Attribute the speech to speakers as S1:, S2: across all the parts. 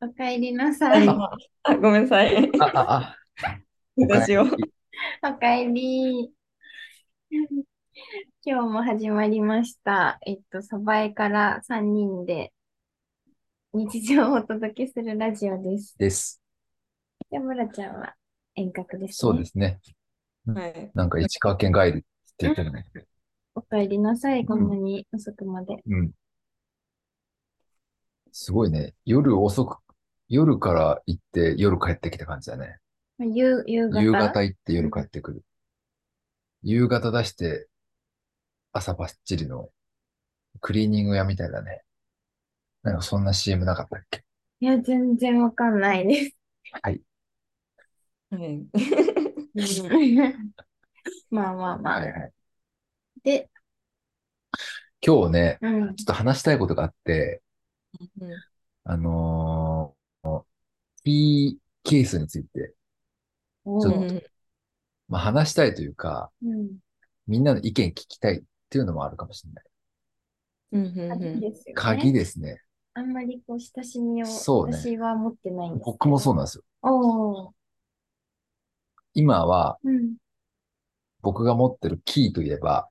S1: おかえりなさい。
S2: あ、あごめんなさい。
S3: あ、あ、あ、
S2: 私を。
S1: おかえり。今日も始まりました。えっと、サバエから3人で日常をお届けするラジオです。
S3: です。
S1: で、むらちゃんは遠隔です
S3: そう
S1: ね。
S3: ですね。
S2: はい。
S3: なんか石川県帰るって言ってるね。
S1: おかえりなさい。こんなに遅くまで。
S3: うん。すごいね。夜遅く、夜から行って夜帰ってきた感じだね。
S1: まあ夕、夕方
S3: 夕方行って夜帰ってくる。夕方出して朝バッチリのクリーニング屋みたいだね。なんかそんな CM なかったっけ
S1: いや、全然わかんないです。
S3: はい。
S2: はい。
S1: まあまあま
S3: はい
S1: あ。
S3: はい。
S1: で、
S3: 今日ね、
S1: うん。
S3: ちょっと話したいことがあって、
S2: うん
S3: あのー、キーケースについて、
S1: お
S3: ちょ
S1: う
S3: っまあ、話したいというか、
S1: うん。
S3: みんなの意見聞きたいっていうのもあるかもしれない。
S2: うんうん
S1: 鍵
S2: うん
S1: ですよね。
S3: 鍵ですね。
S1: あんまりこう親しみを
S3: そうね
S1: 私は持ってないんですけど。
S3: 僕もそうなんですよ。
S1: おお、
S3: 今は
S1: うん。
S3: 僕が持ってるキーといえば、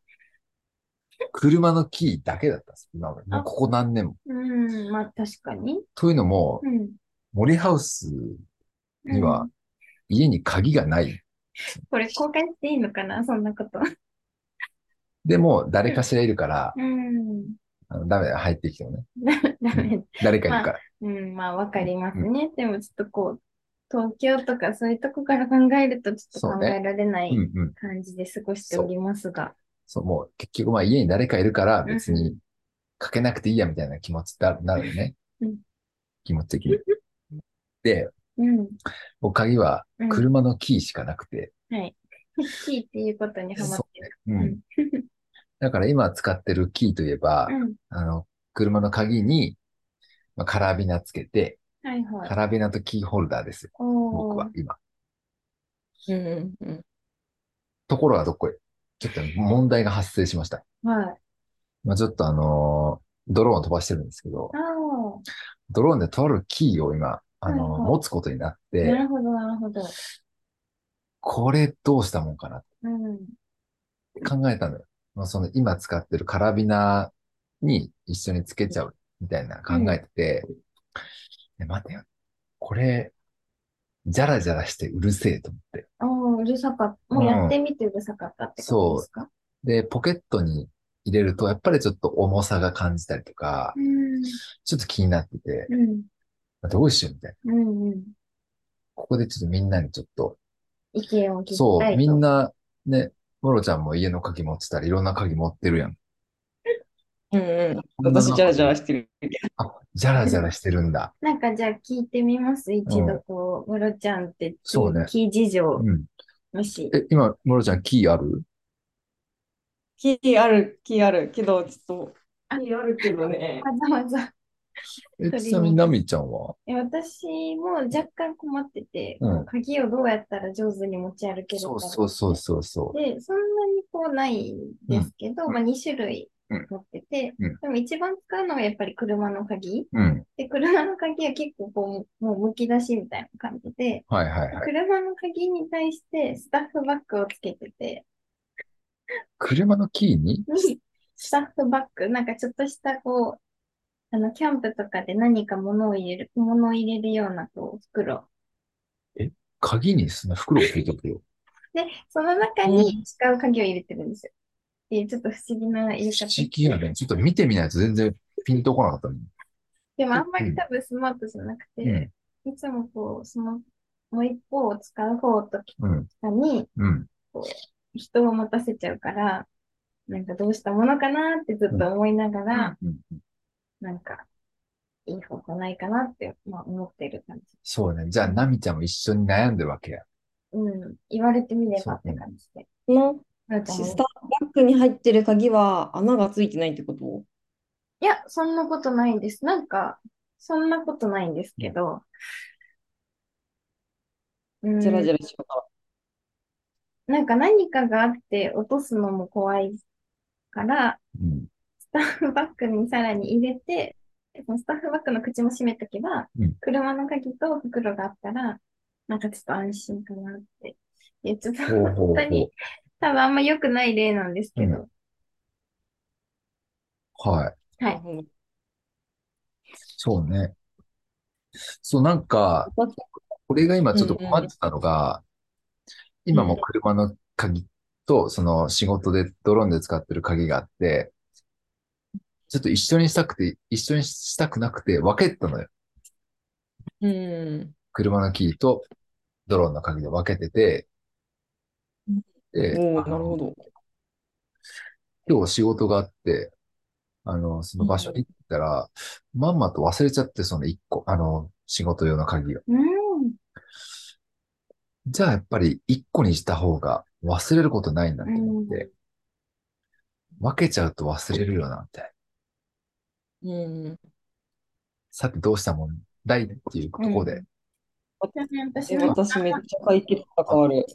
S3: 車のキーだけだったんです。今まで。もう
S1: あ
S3: ここ何年も。
S1: うん、まあ確かに。
S3: というのも
S1: う、ん。
S3: 森ハウス、
S1: うん
S3: には。家に鍵がない。
S1: これ公開していいのかなそんなこと。
S3: でも、誰かしらいるから、
S1: うん。
S3: あのダメだよ、入ってきてもね。
S1: ダメ。
S3: 誰かいるから。
S1: うん、まあわかりますね。でもちょっとこう、東京とかそういうとこから考えるとちょっと
S3: そう
S1: 考
S3: ね
S1: えられな
S3: う
S1: い
S3: んうん。
S1: 感じで過ごしておりますが。
S3: そう、もう結局まあ家に誰かいるから別にかけなくていいやみたいな気持ちだなるよね
S1: うん。
S3: 気持ち的 に。で、
S1: うん。
S3: 僕鍵は
S1: うん。
S3: 車のキーしかなくて、
S1: はい。キーっていうことにハマってる。
S3: う
S1: うんん。
S3: だから今使ってるキーといえば、
S1: うん。
S3: あの、車の鍵に、まあ、カラビナつけて、
S1: はいはい
S3: カ。ラビナとキーホルダーですよ。
S1: お
S3: 僕
S1: お
S3: は。今。
S2: うんうん
S3: ところがどっこい。ちょっと問題が発生しました。
S1: はい。
S3: まあ、ちょっとあのードローンを飛ばしてるんですけど
S1: あ、あ、
S3: ドローンでとあるキーを今、あのー
S1: はいはい
S3: 持つことになって、
S1: なるほど、なるほど。
S3: これどうしたもんかなっ
S1: うん。
S3: て考えたのよ。まあ、その今使ってるカラビナに一緒につけちゃうみたいな考えてて、で待てよ。これ、じゃらじゃらしてうるせえと思って。
S1: おーうるさかった。もうやってみてうるさかったってことですか
S3: で、ポケットに入れると、やっぱりちょっと重さが感じたりとか
S1: う、ん。
S3: ちょっと気になってて、
S1: うん。
S3: どうしようみたいな。
S1: うん。うん。
S3: ここでちょっとみんなにちょっと、
S1: 意見を聞き
S3: そ
S1: た
S3: う、
S1: い
S3: みん
S1: と。
S3: な、ね、モロちゃんも家の鍵持ってたらいろんな鍵持ってるやん。
S2: うんうん私、じゃらじゃらしてる。
S3: あ、じゃらじゃらしてるんだ。
S1: なんかじゃあ聞いてみます一度こう、ムロちゃんって、
S3: そうね
S1: キー事情、
S3: うん。
S1: もし。
S3: え、今、モロちゃん、キーある
S2: キーある、キーあるけど、ちょっと、キーあるけどね。
S1: わざわざ。
S3: え、
S1: 取りに
S3: ちなみに、ナミちゃんは
S1: え私も若干困ってて、
S3: うん
S1: 鍵をどうやったら上手に持ち歩ける
S3: そう
S1: か
S3: そうそうそうそう。
S1: で、そんなにこうないんですけど、
S3: うん
S1: まあ2種類
S3: うん
S1: 持ってて、
S3: うん
S1: でも一番使うのはやっぱり車の鍵。
S3: うん。
S1: で、車の鍵は結構こう、もうむき出しみたいな感じで、
S3: はいはいはい。
S1: 車の鍵に対してスタッフバッグをつけてて、
S3: 車のキー
S1: に
S3: に
S1: スタッフバッグ、なんかちょっとしたこう、あの、キャンプとかで何か物を入れる、物を入れるようなこう、袋。
S3: 鍵にその袋をついておくよ。
S1: で、その中に使う鍵を入れてるんですよ。っていうちょっと不思議な
S3: 不
S1: 入れ方。
S3: 思議やね。ちょっと見てみないと全然ピンとこなかったのに。
S1: でもあんまり多分スマートじゃなくて、
S3: う
S1: いつもこう、その、もう一方を使う方と
S3: ん。うん。
S1: かに、
S3: うん。
S1: 人を待たせちゃうから、なんかどうしたものかなってずっと思いながら、
S3: うん
S1: なんか、いい方法ないかなって、まあ、思ってる感じ。
S3: そうね。じゃあ、ナミちゃんも一緒に悩んでるわけや。
S1: うん。言われてみればっ
S3: そう
S1: て
S3: うん
S1: 感じで。
S2: この
S1: なんかもう
S2: スターバッグに入ってる鍵は穴がついてないってこと
S1: いや、そんなことないんです。なんか、そんなことないんですけど。うん
S2: じゃらじゃらしようか
S1: なんか何かがあって落とすのも怖いから、
S3: うん。
S1: スタンプバッグにさらに入れて、そのスタッフバッグの口も閉めとけば
S3: うん、
S1: 車の鍵と袋があったら、なんかちょっと安心かなって。いや、ちょっと
S3: ほうほう
S1: 本当に、 多分あんま良くない例なんですけど。
S3: ほう。はい。
S1: はい。
S3: そうね。そう、なんか、これが今ちょっと困ってたのが、今も車の鍵と、その仕事でドローンで使ってる鍵があって、ちょっと一緒にしたくて、一緒にしたくなくて分けてたのよ。
S2: うん。
S3: 車のキーとドローンの鍵で分けてて、で、
S2: おお、
S3: あの
S2: なるほど。
S3: 今日仕事があって、あの、その場所に行ったら、まんまと忘れちゃって、その一個、あの、仕事用の鍵を。
S1: うん。
S3: じゃあやっぱり一個にした方が忘れることないんだと思って、分けちゃうと忘れるよな、みたいな。
S2: うん。
S3: さてどうしたもんだいっていうとこで、
S1: 私
S2: え、
S1: も、
S2: 私めっちゃ解決した変わる。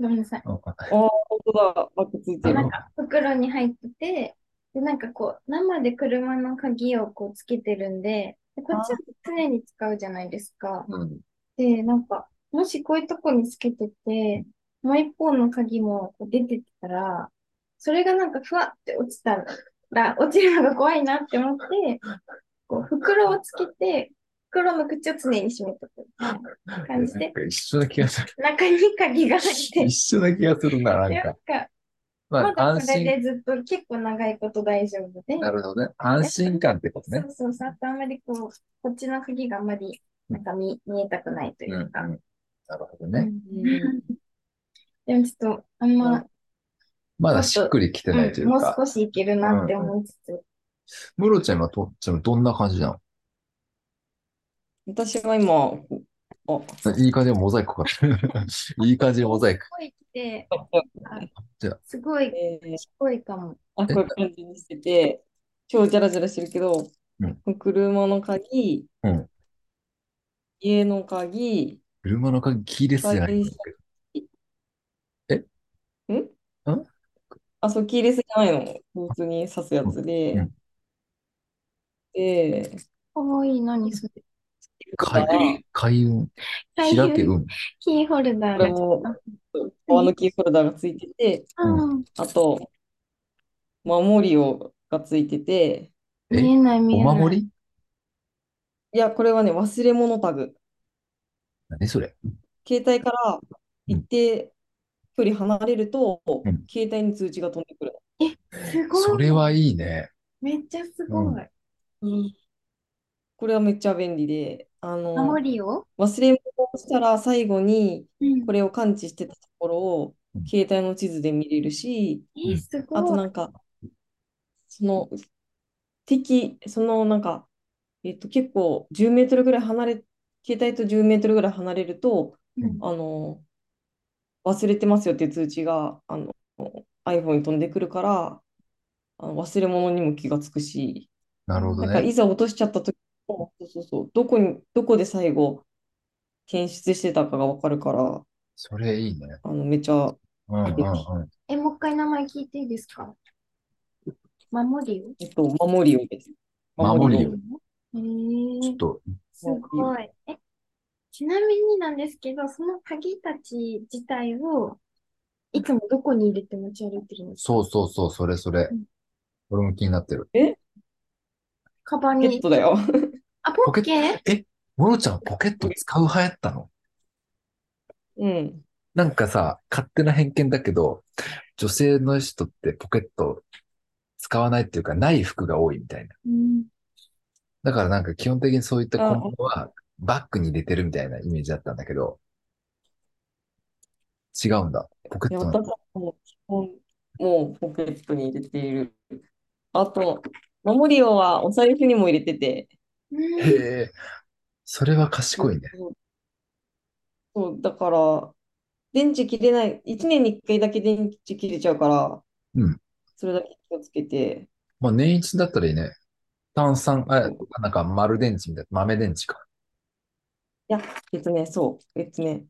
S1: ごめんなさい。
S3: うん
S2: ああ、本当だ。バッグついて
S1: な
S2: る
S1: ん。か袋に入ってて、で、なんかこう、生で車の鍵をこうつけてるんで、でこっちは常に使うじゃないですか。
S3: うん
S1: で、なんか、もしこういうとこにつけてて、もう一方の鍵もこう出てたら、それがなんかふわって落ちたら、落ちるのが怖いなって思って、こう袋をつけて、袋の口を常に閉めとく感じ
S3: なん
S1: で、
S3: か一緒な気がす る。
S1: 中に鍵が入って、
S3: 一緒な気がするな、なん
S1: で、な
S3: か
S1: ん。か、
S3: ま
S1: ま
S3: あ、
S1: だ
S3: 安
S1: それ
S3: 心、
S1: でずっと結構長いこと大丈夫で、
S3: なるほどね。安心感ってこと
S1: そ
S3: ね。
S1: うそうそう、あとあんまりこう、こっちの鍵があんまり、なんか見、見えたくないと
S3: う
S1: い
S3: ん、う。
S1: うんか。
S3: なるほどね。
S2: うん
S1: でもちょっと、あんま、
S3: まだしっくりきてないという
S1: もう
S3: か。
S1: 少しいけるなって思いつつ、
S3: ムロちゃん今と、ちなみにどんな感じなの
S2: 私は今、こうあ、
S3: いい感じのモ ザイクかかってる。いい感じのモザイク。
S1: すごい来て、
S3: じゃあ
S1: すごい
S2: えー
S1: 賢いかも。
S2: あ、こういう感じにしてて、今日じゃらじゃらしてるけど、車の鍵、
S3: うん
S2: 家の鍵、
S3: 車の鍵キーレスじゃないんだけど。
S2: んあ、そう、キーレスじゃないの。普通に刺すやつで、
S3: うん
S2: で、
S1: かわいい、何それ。
S3: 開運、開運、
S1: 開
S3: 開け
S1: 運
S3: 運。
S1: キーホルダー
S2: こ
S1: が
S2: れ。も、側のキーホルダーがついてて、
S1: うん
S2: あと、守りをがついてて、
S3: え
S1: 見えない見
S3: お
S1: えない。
S3: 守り
S2: いや、これはね、忘れ物タグ。
S3: 何それ
S2: 携帯から一定距離離れると、
S3: うん
S2: 携帯に通知が飛んでくる
S1: すごい。
S3: それはいいね。
S1: めっちゃすごい。
S2: の。これはめっちゃ便利で、あの、
S1: 守りを
S2: 忘れ物をしたら最後に
S1: うん
S2: これを感知してたところを
S3: うん
S2: 携帯の地図で見れるし、
S1: え、すごい。
S2: あとなんか、その敵、そのなんか、えっと、結構10メートルぐらい離れ、携帯と10メートルぐらい離れると、
S1: うん
S2: あの、忘れてますよっていう通知が、あの、iPhone に飛んでくるから、あの忘れ物にも気がつくし、
S3: なるほど
S2: なんか
S3: ね。
S2: いざ落としちゃった時も、そうそうそう、どこに、どこで最後、検出してたかがわかるから、
S3: それいいね。
S2: あの、めっちゃ、
S3: うんうんうん。
S1: え、もう一回名前聞いていいですか守りを
S2: えっと、守りをです。
S3: 守りを
S2: を。
S1: え
S3: ちょっ
S1: ー、
S3: と、
S1: すごい。え、ちなみになんですけど、その鍵たち自体を、いつもどこに入れて持ち歩いてるんですか
S3: そうそうそう、それそれ
S1: うん。
S3: 俺も気になってる。
S1: カバン
S2: ポケッ
S1: に。
S2: トだよ。
S1: あ、ポ
S3: ポケ
S1: ッケ
S3: ムロちゃんポケット使う派やったの
S2: うん。
S3: なんかさ、勝手な偏見だけど、女性の人ってポケット使わないっていうか、ない服が多いみたいな。
S1: うん。
S3: だからなんか基本的にそういった
S2: あ
S3: 小物はバッグに入れてるみたいなイメージだったんだけど、違うんだ。ポケ
S2: い
S3: ッ
S2: や、
S3: トなん
S2: 私
S3: だ。
S2: はもう基本、もうポケットに入れている。あと、守りをはお財布にも入れてて、
S1: うん
S3: へえ、それは賢いね。
S2: そう、だから、電池切れない、1年に1回だけ電池切れちゃうから、
S3: うん
S2: それだけ気をつけて、
S3: まあ年一だったらいいね。炭酸、あ、なんか丸電池みたいな、豆電池か。
S2: えっとね、そう、えっとね、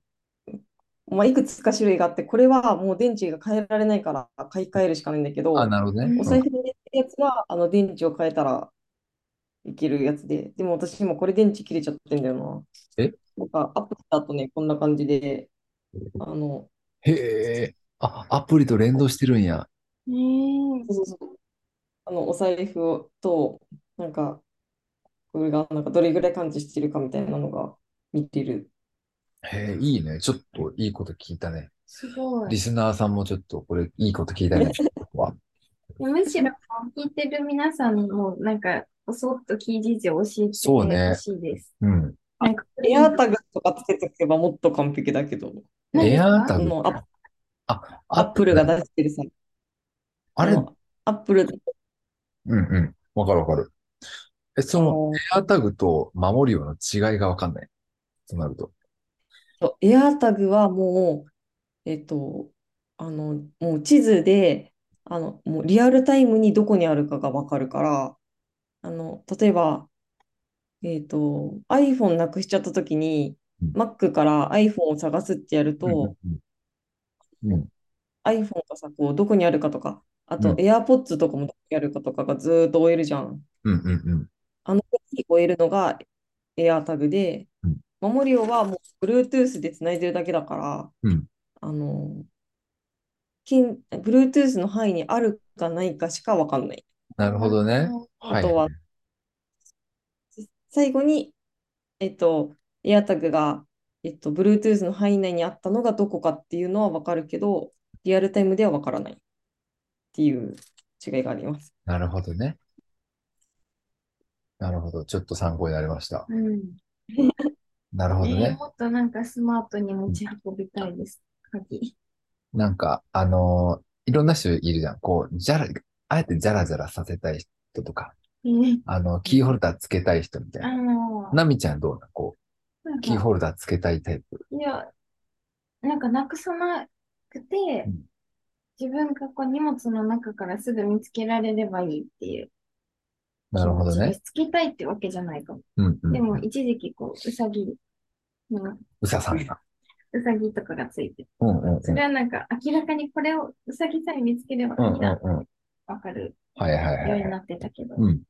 S2: まあ、いくつか種類があって、これはもう電池が変えられないから買い替えるしかないんだけど、
S3: あ、なるほどね。
S1: うん
S2: お財布に入れてるやつは、あの電池を変えたらいけるやつで、でも私今これ電池切れちゃってんだよな。
S3: え
S2: なんかアップした後ね、こんな感じで、あの、
S3: へえ。あ、アプリと連動してるんや。
S1: えー
S2: そうそうそうあのお財布をと、なんか、これがなんかどれぐらい感知してるかみたいなのが見てる。
S3: へえ、いいね。ちょっといいこと聞いたね。
S1: すごい。
S3: リスナーさんもちょっとこれいいこと聞 いたね。わ
S1: むしろ、聞いてる皆さんも、なんか、そっと聞いてて教えて
S3: そうね
S1: ほしいです。
S3: うん。
S1: なんか、
S2: エアタグとかつけておけばもっと完璧だけど、
S1: 何です
S3: エ
S1: か
S3: アタ
S2: あ
S3: グ
S2: のア
S3: あ、
S2: アップルが出してるさ、
S3: あれ、
S2: のアップル
S3: うんうん。わかるわかる。え、その、
S2: の
S3: エアタグと守るような違いがわかんない。となると。
S2: そうエアタグはもう、えっと、あの、もう地図で、あの、もうリアルタイムにどこにあるかがわかるから、あの、例えば、えっと、iPhone なくしちゃったときに、
S3: うん
S2: Mac から iPhone を探すってやる
S3: うん
S2: と、
S3: うんうん。うん。
S2: iPhone がさ、こう、どこにあるかとか、あと
S3: うん
S2: AirPods とかもどこにあるかとかがずーっと追えるじゃん。
S3: うんうんうん。
S2: あの時に終えるのが AirTag で
S3: うん、
S2: マリオはもう Bluetooth でつないでるだけだから、
S3: うん
S2: あの、近 Bluetooth の範囲にあるかないかしかわかんない。
S3: なるほどね。
S2: あとは
S3: はい。
S2: 最後に、えっと、AirTag が、えっと、Bluetooth の範囲内にあったのがどこかっていうのはわかるけど、リアルタイムではわからないっていう違いがあります。
S3: なるほどね。なるほど。ちょっと参考になりました。
S1: うん。
S3: なるほど
S1: えー
S3: ね。
S1: もっとなんかスマートに持ち運びたいです。 鍵。
S3: なんか、あのーいろんな人いるじゃん。こう、じゃら、あえてじゃらじゃらさせたい人とか、
S1: えー、
S3: あの、キーホルダーつけたい人みたい
S1: あ
S3: な。
S1: の、
S3: なみちゃんどうなこ
S1: なん
S3: う、キー
S1: か、
S3: ホルダーつけたいタイプ。
S1: いや、なんかなくさなくて
S3: うん、
S1: 自分がこう荷物の中からすぐ見つけられればいいっていう
S3: なるほど
S1: 気持ちで
S3: ね。
S1: す。つけたいってわけじゃないかも。
S3: うんう
S1: で
S3: ん。
S1: も、一時期こう、うさぎ、うん
S3: うささんが。
S1: うさぎとかがついてる。
S3: うんうんうん。
S1: それはなんか明らかにこれをうさぎさえ見つければ
S3: うん
S1: いいな、
S3: うんうん。
S1: わかる
S3: はいはい
S1: よ
S3: は
S1: う
S3: い
S1: に
S3: はい。
S1: なってたけど。
S3: うん。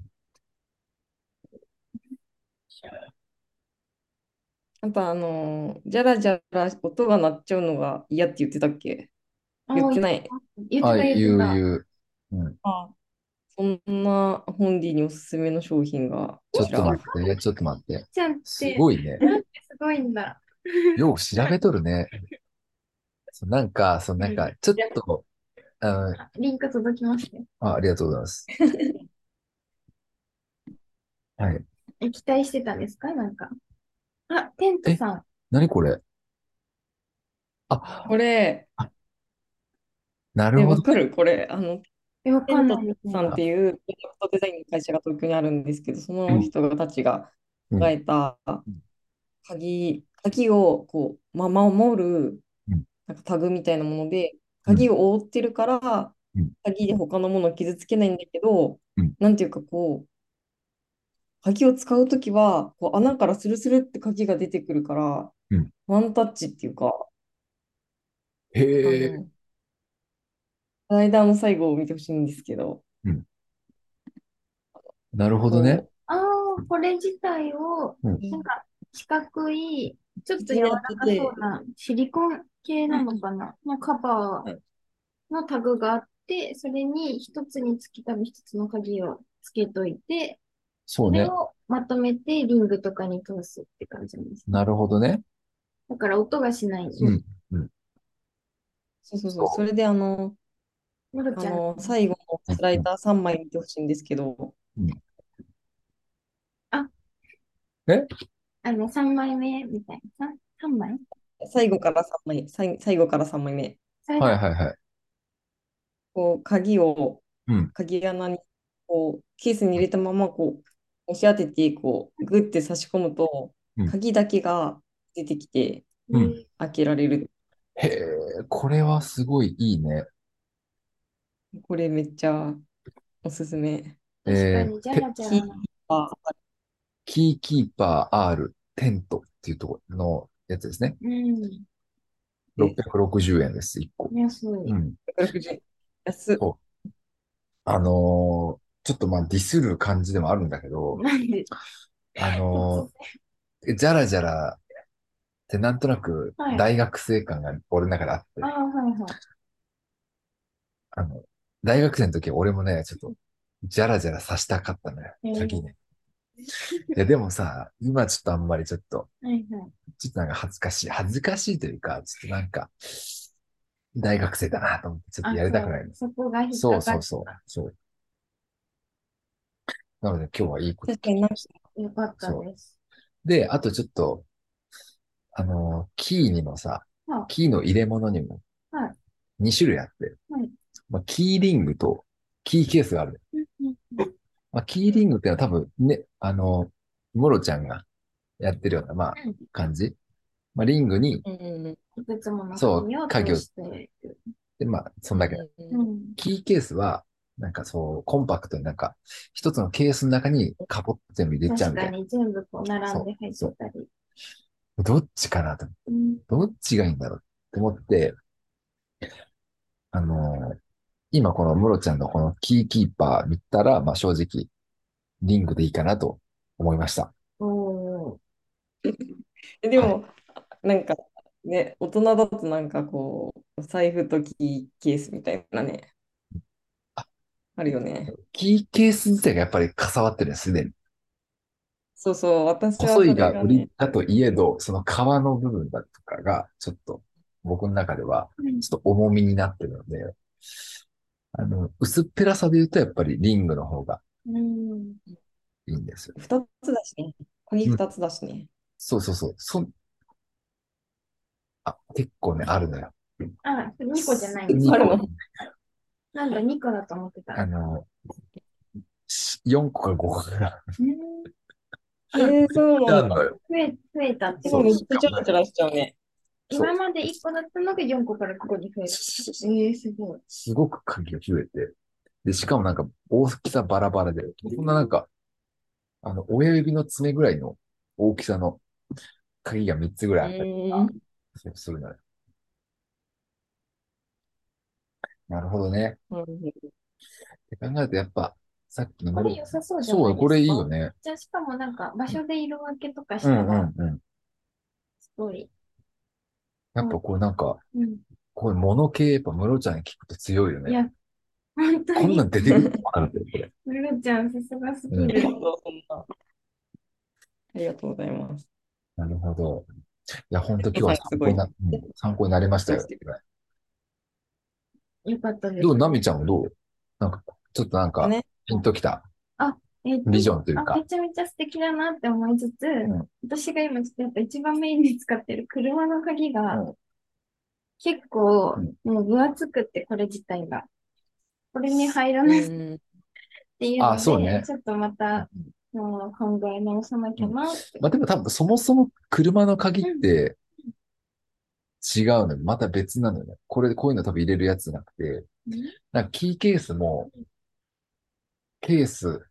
S2: あと、あの、じゃらじゃら音が鳴っちゃうのが嫌って言ってたっけ言ってない。
S1: 言ってた
S3: あ、
S1: 言っ
S3: 言
S1: て
S3: う
S1: た。
S3: 言う。うん。
S2: そんなホンディにおすすめの商品が
S3: ちょ
S2: こ
S3: っ
S2: ちら
S3: と待って。いや、ちょっと待って。
S1: ちゃんって
S3: す
S1: す
S3: ごいね。
S1: ごいんだ。
S3: よう調べとる ね。そうなんか、そうなんか、ちょっと、あの、
S1: リンク届きましたよ。
S3: あ、ありがとうござい ます。はい。
S1: え期待してたんですかなんか。あ、テントさん。
S3: 何これあ、
S2: これ、
S3: な
S2: ね、
S3: るほ
S2: わ
S3: ど。
S2: かるこれ、あの、
S1: え、わ
S2: テ
S1: かん
S2: ン
S1: な
S2: ト
S1: いです
S2: さ
S1: ね。
S2: んっていうプロダクトデザインの会社が東京にあるんですけど、その人たちが考えた
S3: ん
S2: 鍵、鍵をこう、ま、守る
S3: うん
S2: なんかタグみたいなもので、
S3: うん
S2: 鍵を覆ってるから
S3: うん、
S2: 鍵で他のものを傷つけないんだけど
S3: うん、
S2: なんていうかこう、鍵を使うときは、こう穴からスルスルって鍵が出てくるから
S3: うん、
S2: ワンタッチっていうか、あ
S3: へえ。
S2: の、スライダーの最後を見てほしいんですけど、
S3: なるほどね。
S1: ああ、これ自体を、
S3: うん
S1: なんか、四角い、ちょっと柔らかそうな、シリコン系なのかな、のカバーのタグがあって、それに一つにつきたび一つの鍵をつけといて、
S3: そう
S1: それ
S3: ね。
S1: をまとめてリングとかに通すって感じなんです。
S3: なるほどね。
S1: だから音がしない。
S3: うん。
S2: そうそうそう、それであの、
S1: ムロ
S2: あ
S1: ちゃん、
S2: の最後のスライダー3枚見てほしいんですけど、
S1: あの、3枚目みたいな。3枚
S2: 最後から3枚、最最後から3枚目、
S1: それ
S3: はい
S1: だ
S3: はいはい。
S2: こう鍵を
S3: うん、
S2: 鍵穴にこうケースに入れたままこう押し当てて、こうグッて差し込むと
S3: うん、
S2: 鍵だけが出てきて
S3: うん
S1: うん
S2: 開けられる。
S3: へえ、これはすごいいいね。
S2: これめっちゃおすすめ。
S1: 確か
S3: え
S1: に、
S3: ー
S1: じゃ
S3: て
S1: らじゃ
S2: キ
S1: ら
S2: ー。パー
S3: キーキーパー R テントっていうところのやつですね。
S1: うん。
S2: うん
S3: 660円です、1個。
S1: 安い。
S3: うん。
S2: 160安っ
S3: あのーちょっとまあディスる感じでもあるんだけど、
S1: なんで、
S3: あのー、じゃらじゃらってなんとなく
S1: はい
S3: 大学生感が俺の中であって、
S1: ああ、はいはい。
S3: あの、大学生の時俺もね、ちょっと、じゃらじゃらさしたかったのよ
S1: え、ー
S3: 先にね。いや、でもさ、今ちょっとあんまりちょっと、
S1: はいはい。
S3: ちょっとなんか恥ずかしい、恥ずかしいというか、ちょっとなんか、大学生だなと思って、ちょっとやりたくないの。
S1: そうそこが引っ
S3: そう
S1: かか
S3: そ
S1: っ
S3: うそう、そう。なので今日はいいこと。
S2: 確かになんか
S1: てよかったです。
S3: で、あとちょっと、あの、キーにもさ
S1: はい、
S3: キーの入れ物にも
S1: はい、
S3: 2種類あって
S1: はい、
S3: まあ、キーリングとキーケースがある。
S1: うんうん
S3: まあ、キーリングってのは多分ね、あの、モロちゃんがやってるような、まあ
S1: うん、
S3: 感じ。まあ、リングに、
S2: うんうんうん
S1: いくつもの
S3: そう
S1: 国を通
S3: 家業
S1: して。
S3: でまあ、そんだけ。
S2: うん
S1: う
S2: うん
S1: ん。
S3: キーケースは、なんかそう、コンパクトになんか、一つのケースの中にカポッと全部入れちゃ
S1: 確
S3: うみた
S1: か
S3: いな。
S1: に全部こう並んで入ってたり。
S3: どっちかなと。
S1: うん
S3: どっちがいいんだろうって思って、あのー今このムロちゃんのこのキーキーパー見たら、まあ正直、リングでいいかなと思いました。
S1: おー
S2: えでも、なんかね、大人だとなんかこう、お財布とキーケースみたいなね
S3: あ、
S2: あるよね。
S3: キーケース自体がやっぱりかさばってるんですね。
S2: そうそう、私はそ
S3: 細い
S2: れ
S3: が
S2: が
S3: 売
S2: ね
S3: り、だといえど、その皮の部分だとかが、ちょっと僕の中では、
S1: うん
S3: ちょっと重みになってるので、あの、薄っぺらさで言うとやっぱりリングの方が
S1: うん。
S3: いいんですよ。
S2: 2つだしね。鍵2つだしね。
S3: そうそうそう。そんあ、結構ね、あるのよ。
S1: あ、2個じゃないん
S3: 二
S1: です
S3: 個
S2: あるの
S1: なんだ、2個だと思って
S3: あ
S1: た。
S3: の、4個か5個ぐらい
S1: うん
S2: えー、 そうな
S3: ある
S2: んだ。
S3: のよ。
S1: 増え、増えたって
S2: で
S1: こ
S2: も
S1: と
S2: めっちゃチャラチャラしちゃうね。
S3: そう
S1: 今まで1個だったのが4個からここに増える。ええすごい。
S3: すごく鍵が増えて。で、しかもなんか大きさバラバラで、こんななんか、あの、親指の爪ぐらいの大きさの鍵が3つぐ
S2: う
S3: らいあったり
S2: ーん。
S3: するのよ。なるほどね。って考えるとやっぱ、さっきの
S1: これ
S3: 森
S1: 良さそうじゃない
S3: そう
S1: です
S3: だ、
S1: か。
S3: これいいよ。ね。
S1: じゃあ、しかもなんか場所で色分けとかし
S3: う
S1: た
S3: んう
S1: ら、
S3: んうん。
S1: すごい。
S3: やっぱこうなんか、
S1: うん。
S3: こういう物系、やっぱムロちゃんに聞くと強いよ
S1: い
S3: ね。
S1: や、本当
S3: こん
S1: に
S3: な、ん出てくるのかなって、これ。
S1: ムロちゃん、さすがすぎ
S2: あり
S1: る。
S2: がとう、そんな。ありがとうございます。
S3: なるほど。いや、本当今日は参
S2: す
S3: 考
S2: ごい
S3: にな、うん参考になりましたよ。
S1: よかったです
S3: ど。う、ナミちゃんはどうなんか、ちょっとなんか
S2: ね、
S3: ピンときた
S1: えっと
S3: ビジョンという
S1: あ、
S3: か
S1: め。ちゃめちゃ素敵だなって思いつつ、
S3: ん
S1: 私が今ちょっとやっぱ一番メインに使ってる車の鍵が
S3: う、
S1: 結構
S3: うん
S1: もう分厚くって、これ自体が。これに入ら
S2: う
S1: ないっ
S2: ん。
S1: ていうの
S3: あそうね
S1: で、ちょっとまた、もう考え直さなきゃなって。
S3: まあでも多分そもそも車の鍵って違うのよ。また別なのよね。これ、こういうの多分入れるやつじゃなくて
S1: うん、
S3: なんかキーケースも、ケース、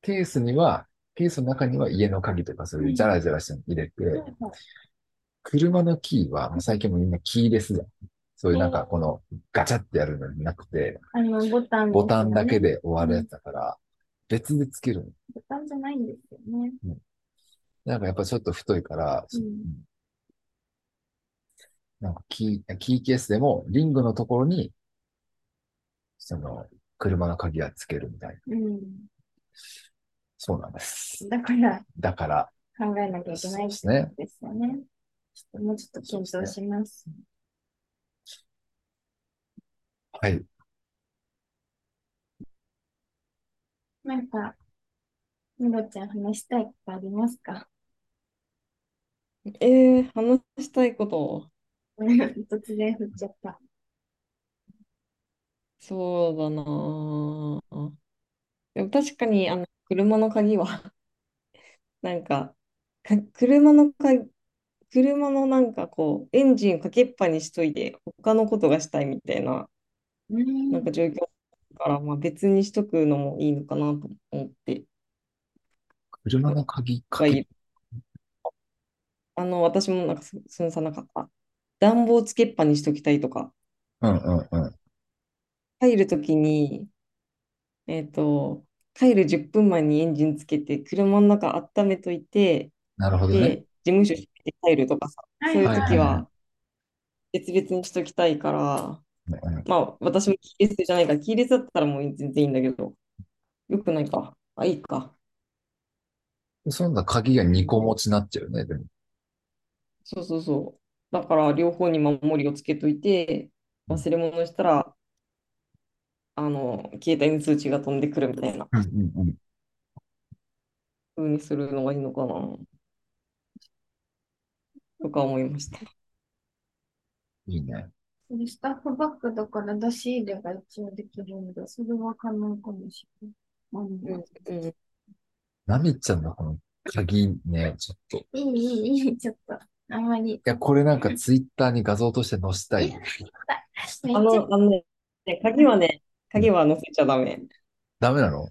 S3: ケースには、ケースの中には家の鍵とかそういうジャラジャラしたの入れて、車のキーは、もう最近もみんなキーレスじゃん。そういうなんかこのガチャってやるのじゃなくて、
S1: あの、ボタン
S3: ボタンだ
S1: です
S3: け
S1: よね。
S3: で終わるやつだから、別でつけるの。
S1: ボタンじゃないんですよね。
S3: なんかやっぱちょっと太いから、
S1: うん
S3: なんかキー、キーケースでもリングのところに、その、車の鍵はつけるみたいな。
S1: うん。
S3: そうなんです。
S1: だから
S3: だから、
S1: 考えなきゃいけないってことですよね。ちょっともうちょっと検討します。
S3: はい。
S1: なんか、ムロちゃん話したいことありますか
S2: えー、話したいこと。
S1: 突然振っちゃった。
S2: そうだなぁでも確かにあの車の鍵は なんかか車の鍵車のなんかこうエンジンかけっぱにしといて他のことがしたいみたいな
S1: う
S2: なんか
S1: ん。
S2: 状況だから、まあ、別にしとくのもいいのかなと思って
S3: 車の鍵か
S2: はい
S3: け、
S2: るあの私もなんかそそのさなかった暖房つけっぱにしときたいとか
S3: うんうんうん。
S2: 入るときに、えっと、帰る10分前にエンジンつけて、車の中温めといて、
S3: なるほどね。
S2: で、事務所閉めて帰るとかさ、
S1: はい
S2: そういう
S1: はい
S2: 時は別々にしときたいから、
S3: うん
S2: まあ、私も系列じゃないから、系列だったらもう全然いいんだけど、よくないか。あ、いいか。
S3: そんな鍵が2個持ちになっちゃうよね。でも
S2: そうそうそう。だから、両方に守りをつけといて、忘れ物したら、あの、携帯に通知が飛んでくるみたいな
S3: うんうんうん。
S2: 風にするのがいいのかな。とか思いました。
S3: いいね。
S1: スタッフバッグだから出し入れが一応できるんで、それは可能かもしれない。
S2: うんうん、
S3: ナミちゃんのこの鍵ね、ちょっと。
S1: い
S3: い
S1: い、いい、いい、ちょっと、あんまり。
S3: や、これなんかツイッターに画像として載せたい。
S1: めっ
S2: あ
S1: ちゃ
S2: の、あのね、鍵はね、鍵は載せちゃダメ。
S3: ダメなの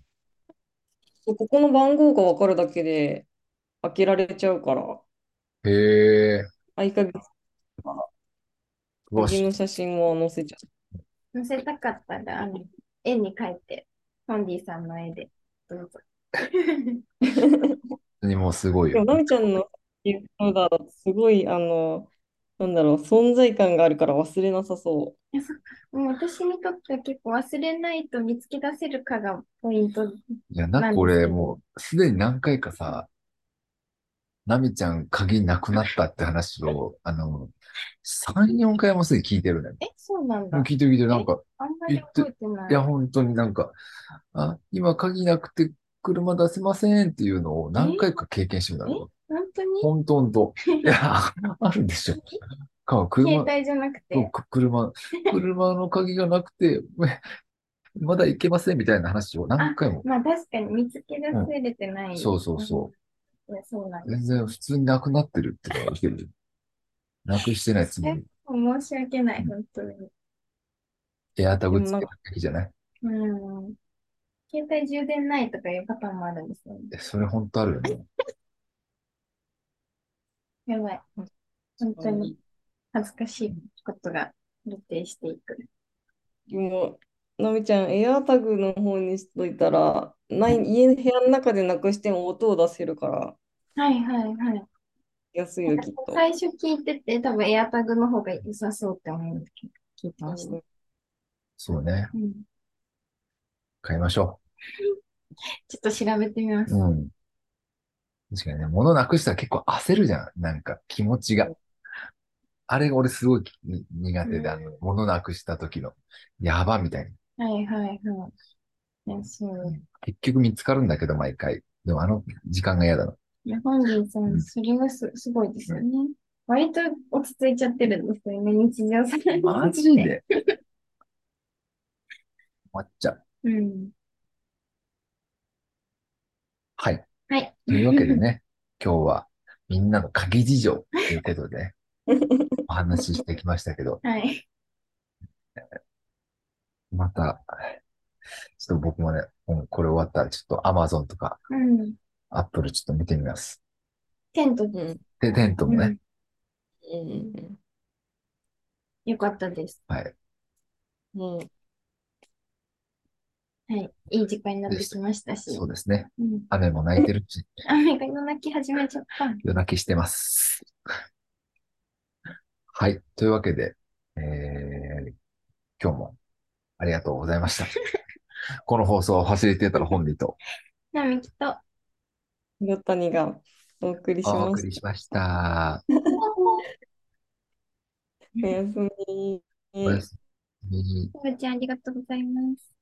S2: ここの番号が分かるだけで開けられちゃうから、
S3: へえ。
S2: 合鍵
S3: うわ
S2: の写真を載せちゃ
S1: 載
S2: う。
S1: せたかったら、あの、絵に描いて、フォンディさんの絵で、どうぞ。
S3: にもうすごい
S2: で
S3: よ
S2: も、。なみちゃんの写真だとすごい、あの、なんだろう、存在感があるから忘れなさそ
S1: もう私にとっては結構忘れないと見つけ出せるかがポイント。
S3: いや、なん
S1: な
S3: か
S1: んです
S3: 俺
S1: けど
S3: もうすでに何回かさ、ナミちゃん鍵なくなったって話を、あの、3、4回もすでに聞いてるね。
S1: え、そうなん
S3: も
S1: だ
S3: う。聞いてる聞いてる。なんか、
S1: あんまり覚えてない
S3: や、
S1: い。
S3: 本当になんか、あ、今鍵なくて車出せませんっていうのを何回か経験してみたの。
S1: 本当に
S3: 本当本当。いや、あるでしょ。 か、車、
S1: 携帯じゃなく
S3: そう
S1: て。
S3: く車、車の鍵がなくて、 えまだ行けませんみたいな話を何回も。
S1: まあ確かに見つけ出せれてない。。
S3: そうそうそう
S1: いや、そうなん
S3: う。
S1: だ。
S3: 全然普通になくなってるってことが起きてる。なくしてないつもり。
S1: 申し訳ない、本当に。
S3: エアタグつけた鍵じゃない
S1: うん。携帯充電ないとかいうパターンもあるんですよね。
S3: えそれ本当あるよね。
S1: やばい。
S2: う。
S1: 本当に恥ずかしいことが露呈していく。
S2: でも、なみちゃん、エアタグの方にしといたら、ない家、部屋の中でなくしても音を出せるから、
S1: はいはいはい。
S2: 安いよ、きっと。
S1: 最初聞いてて、多分 AirTag の方が良さそうって思うんだけど、聞いてました。
S3: そうね。
S1: うん、
S3: 買いましょ
S1: ちょっと調べてみます。
S3: う。うん。確かにね、物なくしたら結構焦るじゃん。なんか気持ちが。あれが俺すごいに苦手で、あの、物なくした時の、やばみたいな。
S1: はいはいはい。いや、そう。
S3: 結局見つかるんだけど、毎回。でもあの時間が嫌だな。
S1: いや、本人さ、
S3: うんん
S1: それがす、すごいですよね。割と落ち着いちゃってるんですよね、日常さ。
S3: マジで終わっちゃう。
S1: うん。
S3: はい。
S1: はい。
S3: というわけで ね、今日はみんなの鍵事情ということで、お話ししてきましたけど、
S1: はい。
S3: また、ちょっと僕もね、うんこれ終わったらちょっと Amazon とか
S1: うん。
S3: Apple ちょっと見てみます。
S1: テント、
S2: うん
S3: で、テントもね、
S2: うん
S1: よかったです。
S3: はい。
S2: うん
S1: はい。いい時間になってきましたし。
S3: そうですね。
S1: うん。
S3: 雨も泣いてるし、
S1: 雨が夜泣き始めちゃった。
S3: 夜泣きしてます。はい。というわけで、えー、今日もありがとうございました。この放送をファシリテーターの本人と
S1: なみき と。
S2: ヨタニがお送りし
S3: お
S2: ま
S3: 送
S2: し
S3: りしました。
S2: た。おやすみ。
S3: おやすみ。
S1: すぶちゃんありがとうございます。